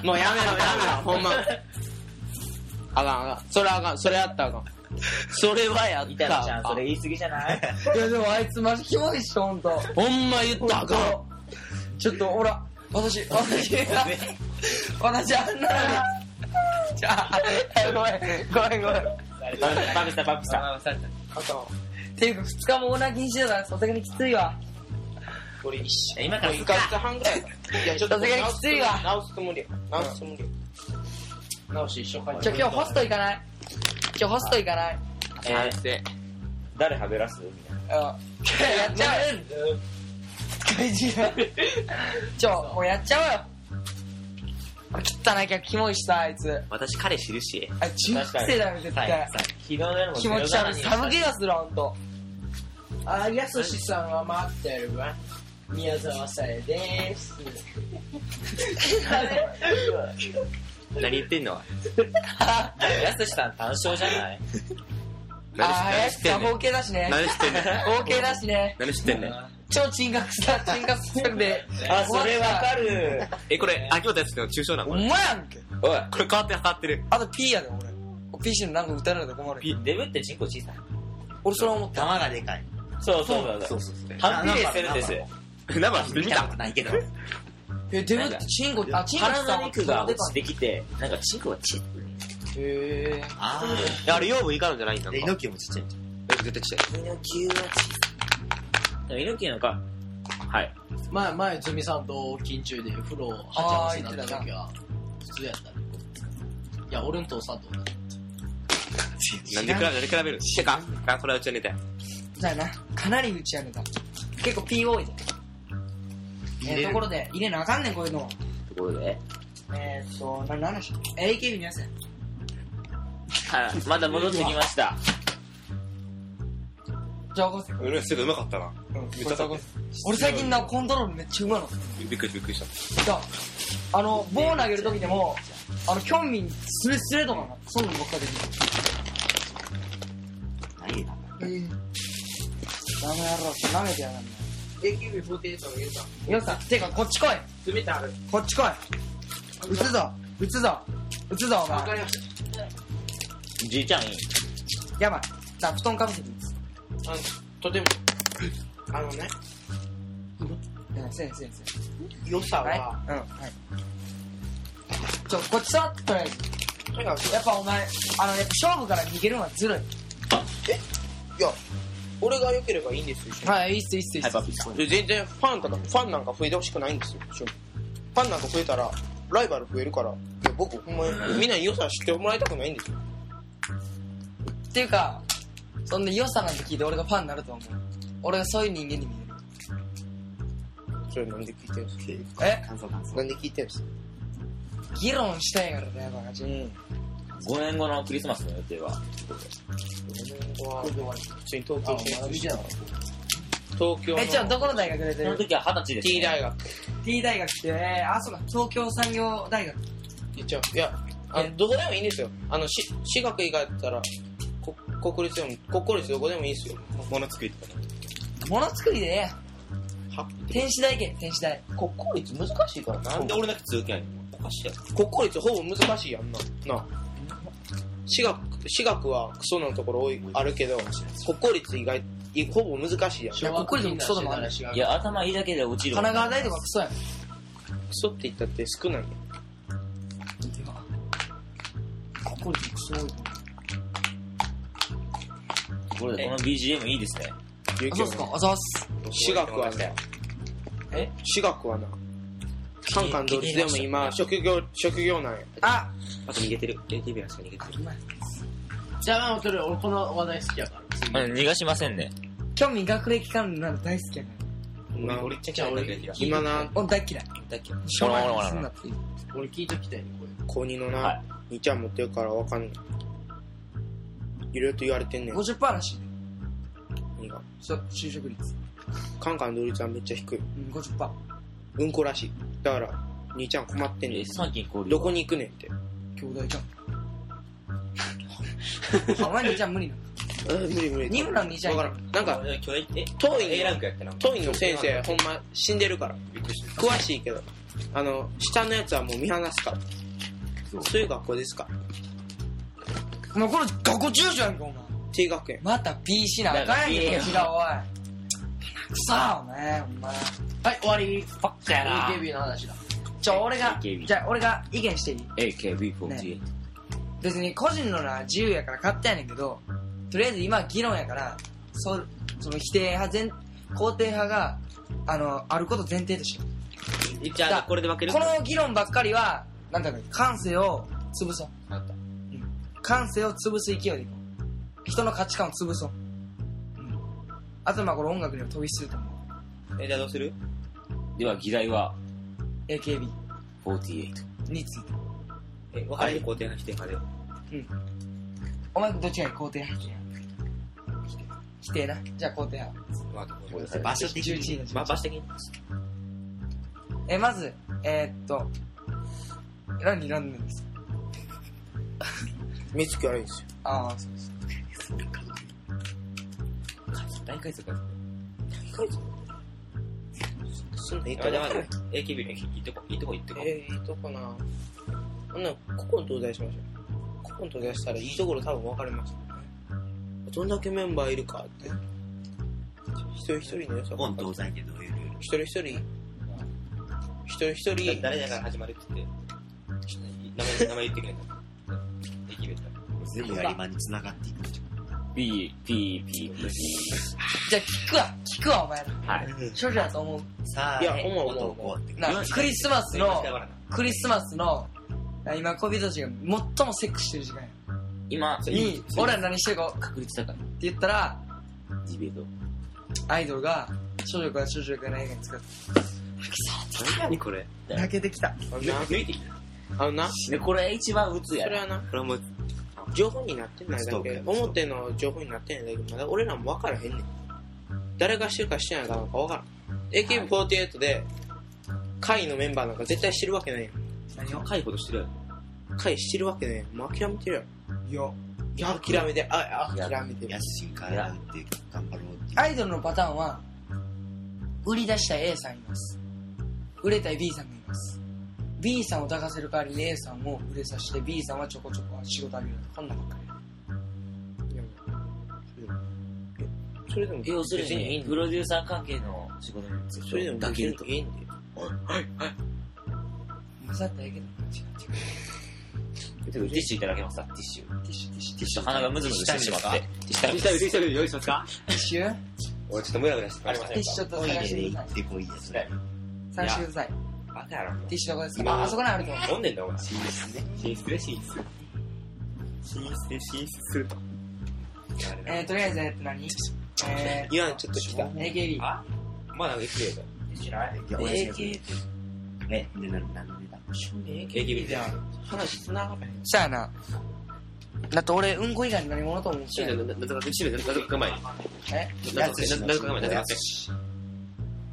[SPEAKER 1] もうやめろやめろ、ほんま。あかんあかん。それあかん、それあったらあかん。 それはやっ
[SPEAKER 6] 板
[SPEAKER 1] た
[SPEAKER 6] 野ちゃ
[SPEAKER 1] らあ
[SPEAKER 6] ん、
[SPEAKER 1] か
[SPEAKER 6] それ
[SPEAKER 1] ん。
[SPEAKER 6] 言い過ぎじゃない
[SPEAKER 3] いやでもあいつマジキモいっしょ、ほんと。
[SPEAKER 1] ほんま言ったらあかん。
[SPEAKER 3] ちょっと、ほら、私、私、 私あんなのに。じゃあ、ごめん、ごめん、ごめん。
[SPEAKER 6] バブした、バブした。
[SPEAKER 3] っていうか、二日もオーナー禁止だから、さすがにきついわ。
[SPEAKER 4] 今から
[SPEAKER 1] 二日半ぐらいやから。いや、ちょっと
[SPEAKER 3] さすがに
[SPEAKER 1] 直
[SPEAKER 3] きついわ
[SPEAKER 1] す直すつもりよ。直すつもりよ。
[SPEAKER 2] 直し一緒か
[SPEAKER 3] じゃ今日ホスト行かない今日ホスト行かない
[SPEAKER 6] えー誰はべらすみたいな。
[SPEAKER 3] うん。やっちゃうよ。怪人が。ちょ、もうやっちゃおうよ。汚い客キモいしさ、あいつ。
[SPEAKER 4] 私彼知るし。
[SPEAKER 3] あ、中学生だよ、絶
[SPEAKER 4] はい。はい
[SPEAKER 3] 対。
[SPEAKER 6] 昨日の夜も
[SPEAKER 3] 気持ち悪い。寒気がする、ほんと。
[SPEAKER 2] あ、やすしさんは待ってるわ。宮沢さえです。
[SPEAKER 4] 何言ってんの
[SPEAKER 6] やすしさん単勝じゃない
[SPEAKER 4] 何
[SPEAKER 3] あー、や
[SPEAKER 4] 何
[SPEAKER 3] し
[SPEAKER 4] 知って
[SPEAKER 3] さ、
[SPEAKER 4] んねん
[SPEAKER 3] 包茎だしね。
[SPEAKER 4] 何知ってん ねん
[SPEAKER 3] 包茎だしね。
[SPEAKER 4] 何知ってんねん
[SPEAKER 3] 超チンカクさ、チンカクさくで。
[SPEAKER 6] あ、それわかる。
[SPEAKER 4] え、これ、秋元康の抽象なの
[SPEAKER 3] お
[SPEAKER 4] これ。
[SPEAKER 3] 前やんけ。
[SPEAKER 4] おい、これ変わって当たってる。
[SPEAKER 3] あと P やで、俺。P してるのなんか打たれると困る。
[SPEAKER 6] デブって人口小さい。
[SPEAKER 3] 俺それ思った。
[SPEAKER 5] 玉がでかい。
[SPEAKER 6] そうそうそう。
[SPEAKER 4] そうそう。
[SPEAKER 6] 反比例するんです。
[SPEAKER 4] 生して
[SPEAKER 5] 見
[SPEAKER 4] み
[SPEAKER 5] た
[SPEAKER 4] た
[SPEAKER 5] ことないけど。
[SPEAKER 3] え、デブってチンコ、あ、チンコ
[SPEAKER 6] 体の肉が
[SPEAKER 3] 出
[SPEAKER 6] 落
[SPEAKER 3] た
[SPEAKER 6] ちてきて、なんかチンコがチッ
[SPEAKER 3] へ
[SPEAKER 5] あ
[SPEAKER 4] いや、あれ養分いかんじゃないんだ
[SPEAKER 5] あ。で、猪木もちっちゃい。
[SPEAKER 4] 絶対ちっちゃい。
[SPEAKER 6] 猪木なんか、はい。
[SPEAKER 2] 前、前、ズミさんと緊中で風呂をはちゃませなった時は、普通やったね。いや、俺んとおさんと同じ。
[SPEAKER 4] なんで比べ、なんで比べるてか、あ、これはうちのネタや。
[SPEAKER 3] え。だよな。かなり打ち上げた。結構 P 多いで。えー、ところで、入れなあかんねん、こういうの。
[SPEAKER 6] ところで。
[SPEAKER 3] えーっと、な、なんでしょ ?AKB のやつや。
[SPEAKER 6] はい。まだ戻ってきました。
[SPEAKER 3] じゃあ、起こせ。
[SPEAKER 4] 俺すぐうまかったな。めっちゃ高い。
[SPEAKER 3] 俺最近な、コントロールめっちゃうまいの。
[SPEAKER 4] びっくりびっくりした。
[SPEAKER 3] だあの、棒投げる時でも、あの、キョンミン、スレスレとかな。そういうのばっかでき
[SPEAKER 5] 何
[SPEAKER 3] る。
[SPEAKER 5] だ
[SPEAKER 3] えー。ダメやろ、舐めてやがんな。
[SPEAKER 2] AKB48 のゆうさん。
[SPEAKER 3] よっさん、てか、こっち来い。
[SPEAKER 2] ズミたる。
[SPEAKER 3] こっち来い。撃つぞ。撃つぞ。撃つぞ、お前。
[SPEAKER 2] りまし
[SPEAKER 6] じいちゃんいい
[SPEAKER 3] やばい。じゃあ、布団かぶせてみます。
[SPEAKER 1] あのとても、あのね、
[SPEAKER 3] うん、せんせんせん。
[SPEAKER 1] 良さ
[SPEAKER 3] はい。
[SPEAKER 1] は、
[SPEAKER 3] うん、はい。ちょ、こっち座ってとりあえず。
[SPEAKER 1] とにかく、
[SPEAKER 3] やっぱお前、あの、やっぱ勝負から逃げるのはずるい。
[SPEAKER 1] 俺が良ければいいんですよ。
[SPEAKER 3] はい、いいっす、いいっす、いいっ
[SPEAKER 6] はい、
[SPEAKER 3] す。
[SPEAKER 6] パピさん。
[SPEAKER 1] 全然ファンとか、ファンなんか増えてほしくないんですよ、正直ファンなんか増えたら、ライバル増えるから、いや僕、ほんまに、みんなに良さ知ってもらいたくないんですよ。
[SPEAKER 3] っていうか、そんな良さなんて聞いて俺がファンになるとは思う。俺がそういう人間に見える。
[SPEAKER 1] それなんで聞いてるんです
[SPEAKER 3] え
[SPEAKER 5] 感想感想。
[SPEAKER 1] かなんで聞いてるんですか
[SPEAKER 3] 議論したいからね、バカチン。
[SPEAKER 6] 5年後のクリスマスの予定は
[SPEAKER 1] 普通に東京
[SPEAKER 2] た。あ、
[SPEAKER 1] で
[SPEAKER 2] 見てなかっ
[SPEAKER 1] 東京の
[SPEAKER 3] え、ちょ、どこの大学出て
[SPEAKER 6] その
[SPEAKER 3] る
[SPEAKER 6] 時は二十歳です、
[SPEAKER 1] T 大学
[SPEAKER 3] ?T 大学って、えーあ、そうか、東京産業大学。
[SPEAKER 1] 一応いやあのどこでもいいんですよあのし私学以外だったらこ国立でも国公立どこでもいいですよ
[SPEAKER 4] もの作りとか。
[SPEAKER 3] ものづくりでええやん。
[SPEAKER 1] は
[SPEAKER 3] 天使大行け、天使大。
[SPEAKER 1] 国公立難しいからな
[SPEAKER 4] なんで俺だけ強気やねん。おかしいやろ。
[SPEAKER 1] 国公立ほぼ難しいやんななあ私学私学はクソのところ多いあるけど国公立以外いほぼ難しいやんク
[SPEAKER 2] た。
[SPEAKER 3] こっくりでもクソでもある
[SPEAKER 2] し。
[SPEAKER 6] いや、頭いいだけで落ちる。
[SPEAKER 3] 神奈川大とかクソやん。
[SPEAKER 1] ソって言ったって少ないやん
[SPEAKER 3] これクソ多いと思う
[SPEAKER 6] これでこの BGM いいですね。
[SPEAKER 1] 琉
[SPEAKER 3] あ、
[SPEAKER 1] 球
[SPEAKER 3] そうっ
[SPEAKER 1] はね
[SPEAKER 3] すか、あざっす。
[SPEAKER 1] 私学はね
[SPEAKER 3] え
[SPEAKER 1] 私学はな三冠同時でも今職業職業なんや
[SPEAKER 3] あ、
[SPEAKER 4] あと逃げてる。ATV らしか逃げてる。
[SPEAKER 2] じゃあ、まあ、とりあえず俺この話題好きやから。
[SPEAKER 6] うん、逃がしませんね。
[SPEAKER 3] キョンミン学歴関連なの大好きやから。
[SPEAKER 1] な
[SPEAKER 4] 俺、ちゃくちゃ俺だけが。
[SPEAKER 1] 今な
[SPEAKER 3] 俺大嫌い。
[SPEAKER 4] だっけ
[SPEAKER 3] しょうがない話すんな
[SPEAKER 6] ら
[SPEAKER 3] っていう。
[SPEAKER 2] 俺聞いときたいね、これ。
[SPEAKER 1] 高2のな、
[SPEAKER 6] はい
[SPEAKER 1] 兄ちゃん持ってるからわかんないいろいろと言われてんねん
[SPEAKER 3] 50%らしいね。
[SPEAKER 1] 何が
[SPEAKER 3] そ就職率。
[SPEAKER 1] カンカン同率はめっちゃ低い
[SPEAKER 3] うん、50%。
[SPEAKER 1] うんこらしいだから兄ちゃん困ってんね
[SPEAKER 6] え、
[SPEAKER 1] ん
[SPEAKER 6] 三金交流。
[SPEAKER 1] どこに行くねんって
[SPEAKER 3] 兄弟じゃん。お前にじゃあ無理なの
[SPEAKER 1] うん無理無理。
[SPEAKER 5] 二村二じゃん
[SPEAKER 1] わからん。なんか、
[SPEAKER 4] 今日え、
[SPEAKER 1] 当院
[SPEAKER 4] A ラン
[SPEAKER 1] の、
[SPEAKER 4] クやったな。
[SPEAKER 1] 当院の先生、ほんま死んでるから。
[SPEAKER 4] びっくりした。
[SPEAKER 1] 詳しいけど。あの、下のやつはもう見放すから。そういう学校ですか
[SPEAKER 3] お前これ学校中所やんかお前
[SPEAKER 1] ?T 学園。
[SPEAKER 3] また PC なあかんやんけこっちがおいくそお前お前
[SPEAKER 2] はい、終わり。
[SPEAKER 5] ばっかやな。
[SPEAKER 2] AKB の話だ。
[SPEAKER 3] じゃあ俺が
[SPEAKER 6] AKB
[SPEAKER 3] じゃあ俺が意見していい
[SPEAKER 6] AKB48。
[SPEAKER 3] 別に個人のな自由やから勝手やねんけどとりあえず今議論やからそその否定派全肯定派があのあること前提として
[SPEAKER 4] じゃあ、これで分ける
[SPEAKER 3] この議論ばっかりはなんだろう感性を潰そう
[SPEAKER 4] わかった
[SPEAKER 3] うん感性を潰す勢いでいこう人の価値観を潰そう、うん、あとまあこれ音楽にも飛びすると思う
[SPEAKER 4] え、じゃあどうする
[SPEAKER 6] では、議題は
[SPEAKER 3] AKB
[SPEAKER 6] 48。
[SPEAKER 3] について
[SPEAKER 4] え、分かれる肯定派否定派で。
[SPEAKER 3] お前どっちがいい肯定派否定派否定なじゃあ肯定派
[SPEAKER 4] まあ場所的
[SPEAKER 3] 11
[SPEAKER 4] に。まあ場所的に。
[SPEAKER 3] えまずえー、っと何選んでるんですか
[SPEAKER 1] 目つき悪いんですよ。
[SPEAKER 3] ああそうです
[SPEAKER 4] 大会数か。
[SPEAKER 1] そんなんいい
[SPEAKER 4] ま
[SPEAKER 1] とこ
[SPEAKER 4] だまだ AKB の行ってこ、行ってこ、行ってこ。
[SPEAKER 1] えー、いいとこなほんなら古今東西しましょう。古今東西したらいいところ多分分かれます、どんだけメンバーいるかって。一人一人の良さ
[SPEAKER 4] 本東西でどういうルール
[SPEAKER 1] 一人一人、一人一人、
[SPEAKER 4] 誰々から始まるって言って、名前、名前言ってくれた。AKB だった。
[SPEAKER 8] 全部が今に繋がっていく。
[SPEAKER 6] B、P、P、P。
[SPEAKER 3] じゃあ聞くわ聞くわお前ら
[SPEAKER 8] はい。
[SPEAKER 3] 少女だと思
[SPEAKER 8] さあ、
[SPEAKER 1] いや思う思う
[SPEAKER 8] 男はって
[SPEAKER 3] うなクリスマスのクリスマスのあ今恋人たちが最もセックスしてる時間や
[SPEAKER 6] 今、
[SPEAKER 3] に俺ら何してるかっ
[SPEAKER 6] 確率高い。
[SPEAKER 3] て言ったら
[SPEAKER 6] ディベート。
[SPEAKER 3] アイドルが少女から少女から映画に使って
[SPEAKER 4] 何これ
[SPEAKER 3] 泣けてきた
[SPEAKER 4] 抜いてきた。
[SPEAKER 1] あのな、
[SPEAKER 6] で、これ一番打つや
[SPEAKER 1] それ
[SPEAKER 6] ろ。
[SPEAKER 1] はな、
[SPEAKER 4] これもう、
[SPEAKER 1] 情報になってない
[SPEAKER 8] ス
[SPEAKER 1] だ
[SPEAKER 8] トーカー
[SPEAKER 1] け
[SPEAKER 8] や、
[SPEAKER 1] 表の情報になってないだけ、まだ俺らも分からへんねん。誰がしてるかしてないかなんか分からん。AKB48 で、会のメンバーなんか絶対知るわけないやん。
[SPEAKER 4] 何を解雇としてる
[SPEAKER 1] 会知るわけないやん。もう諦めてるやん。いや、諦めて、あ、あ諦めてる。
[SPEAKER 8] 安心からって頑張ろうっていう。
[SPEAKER 3] アイドルのパターンは売り出したい A さんいます売れたい B さんがいます B さんを抱かせる代わりに A さんを売れさせて B さんはちょこちょこ仕事あげるこんなんばっかり
[SPEAKER 1] それでも、
[SPEAKER 6] 要する
[SPEAKER 1] 別いい
[SPEAKER 6] に、
[SPEAKER 1] ん
[SPEAKER 6] プ
[SPEAKER 1] だよ
[SPEAKER 6] ロデューサー関係の仕事につい
[SPEAKER 1] それでも
[SPEAKER 6] だ
[SPEAKER 1] 別
[SPEAKER 6] け
[SPEAKER 1] に
[SPEAKER 6] ると。
[SPEAKER 1] いいんだよ。
[SPEAKER 3] もうそうやったらええけど違う違う
[SPEAKER 6] ティッシュいただけますかティッシュ。ティッシュ、ティッシュ。鼻がムズムズしてしまって。ティッシュ
[SPEAKER 4] 実際、売りしてる用意しますか
[SPEAKER 3] ティッシュ
[SPEAKER 4] 俺ちょっとムラムラして
[SPEAKER 6] ありませ
[SPEAKER 3] ティ
[SPEAKER 6] ん
[SPEAKER 3] ッシュちょっと
[SPEAKER 8] トイ
[SPEAKER 3] 探
[SPEAKER 8] レ
[SPEAKER 3] して
[SPEAKER 8] で
[SPEAKER 3] く
[SPEAKER 8] 行
[SPEAKER 3] だ
[SPEAKER 8] ってこいや、それ。
[SPEAKER 3] さい探してください
[SPEAKER 4] バカやろ。
[SPEAKER 3] ティッシュどこですか
[SPEAKER 4] 今
[SPEAKER 3] ああそこにあると思う
[SPEAKER 4] 飲んでんだお前。
[SPEAKER 8] いいですね。
[SPEAKER 4] 寝室で寝室。寝室で寝室すると。
[SPEAKER 3] えー、とりあえずえっと何え
[SPEAKER 1] 言わん、ちょっと来た。
[SPEAKER 3] ー、AKB
[SPEAKER 4] あまだ AKB だよ。
[SPEAKER 8] いや、俺、ね、ね、な、なんでだ。
[SPEAKER 4] AKB じゃん。
[SPEAKER 1] 話繋がらへん。
[SPEAKER 3] さやなだって俺うんこ以外に何者とも思って
[SPEAKER 4] シ
[SPEAKER 3] ない
[SPEAKER 4] ール、なな謎か構え。
[SPEAKER 3] え
[SPEAKER 4] 謎か構え。謎か構え。謎か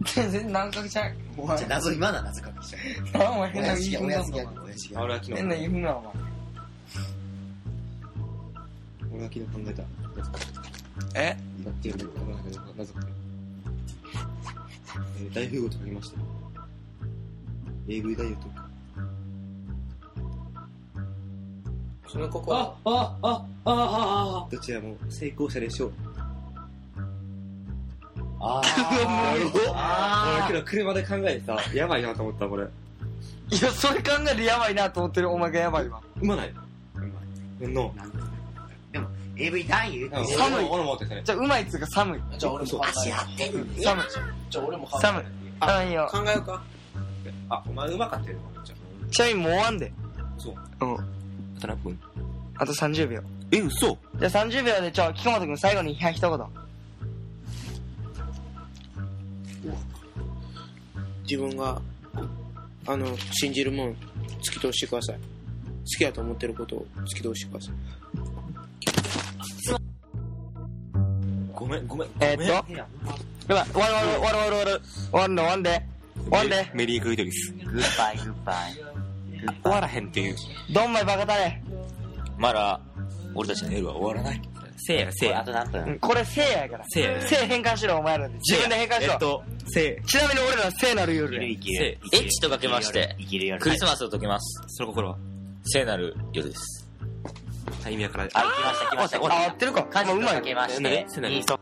[SPEAKER 3] 全然何かちゃうお前
[SPEAKER 8] じゃあ、謎、今のは謎かもしれない。
[SPEAKER 3] あお前変な
[SPEAKER 8] 親父
[SPEAKER 3] 言い
[SPEAKER 8] や、
[SPEAKER 3] 分だ
[SPEAKER 8] 親父
[SPEAKER 3] ぞお前
[SPEAKER 8] や、親父
[SPEAKER 4] 構え。
[SPEAKER 8] や。
[SPEAKER 4] 俺は昨日
[SPEAKER 3] 変な言い分だお前
[SPEAKER 9] 俺は昨日考えた。
[SPEAKER 3] え
[SPEAKER 9] やってるけど、なかなかなかなぜか。えー、大富豪と書きました。AV 大夫とか。
[SPEAKER 1] その心は、
[SPEAKER 2] あ、あ、あ、あ、
[SPEAKER 9] どちらも成功者でしょう。あ
[SPEAKER 6] あ
[SPEAKER 9] あ、昨日車で考えてさ、やばいなと思った、これ。
[SPEAKER 3] いやそれ考えてやばいなと思ってるお前がやばいわ
[SPEAKER 9] うまない。の。
[SPEAKER 8] でも、AV 男優って
[SPEAKER 9] 俺も俺も思ってたね。
[SPEAKER 3] じゃあうまいっつうか寒い
[SPEAKER 2] あ。じゃあ俺も考
[SPEAKER 8] 足
[SPEAKER 2] え
[SPEAKER 8] や
[SPEAKER 2] よ。
[SPEAKER 8] ってんの
[SPEAKER 3] うん寒いう
[SPEAKER 2] じゃあ俺も考えよ
[SPEAKER 3] 寒い寒いよ
[SPEAKER 1] 考えようか。
[SPEAKER 4] あ、お前うまかったよ。じゃ
[SPEAKER 3] ちなみにもう終わんで
[SPEAKER 4] そう
[SPEAKER 3] うん
[SPEAKER 4] あと何分
[SPEAKER 3] あと30秒
[SPEAKER 4] え、嘘
[SPEAKER 3] じゃあ30秒でちょ菊本君最後にひ一言
[SPEAKER 1] 自分があの信じるもん突き通してください好きやと思ってることを突き通してください
[SPEAKER 4] ごめん、ごめん。
[SPEAKER 3] えー、っとやばい終わる終わる終わる終わる終わる終わるの終わんで終わんで
[SPEAKER 4] メリークリトリス。
[SPEAKER 6] グッバイ、グッバイ。
[SPEAKER 4] 終わらへんっていう。
[SPEAKER 3] どんまいバカタレ
[SPEAKER 6] まだ、俺たちの夜は終わらない。せいや、せい
[SPEAKER 4] これあ
[SPEAKER 6] や。
[SPEAKER 4] と何
[SPEAKER 3] う
[SPEAKER 4] 分
[SPEAKER 3] んこれ、せいやから。
[SPEAKER 6] せいや。
[SPEAKER 3] せい変換しろ、お前らで。自分で変換し
[SPEAKER 6] え
[SPEAKER 3] ろ
[SPEAKER 6] っ。と、せい。
[SPEAKER 3] ちなみに俺らは聖なる夜
[SPEAKER 4] い
[SPEAKER 3] や
[SPEAKER 4] るいけ
[SPEAKER 6] せ
[SPEAKER 4] る。
[SPEAKER 6] エ
[SPEAKER 4] ッ
[SPEAKER 6] ッチとかけまして
[SPEAKER 4] いけるよ。
[SPEAKER 10] クリス
[SPEAKER 4] マス。
[SPEAKER 10] マスを解きます。
[SPEAKER 6] その心は。
[SPEAKER 10] 聖なる夜です。
[SPEAKER 6] タイミヤから。
[SPEAKER 4] はい、来ました来ました。
[SPEAKER 3] あ、合ってるか。
[SPEAKER 4] 漢字
[SPEAKER 3] も
[SPEAKER 4] を
[SPEAKER 3] ううま
[SPEAKER 4] か
[SPEAKER 3] い。
[SPEAKER 4] けまして、
[SPEAKER 6] せなる
[SPEAKER 4] イーソ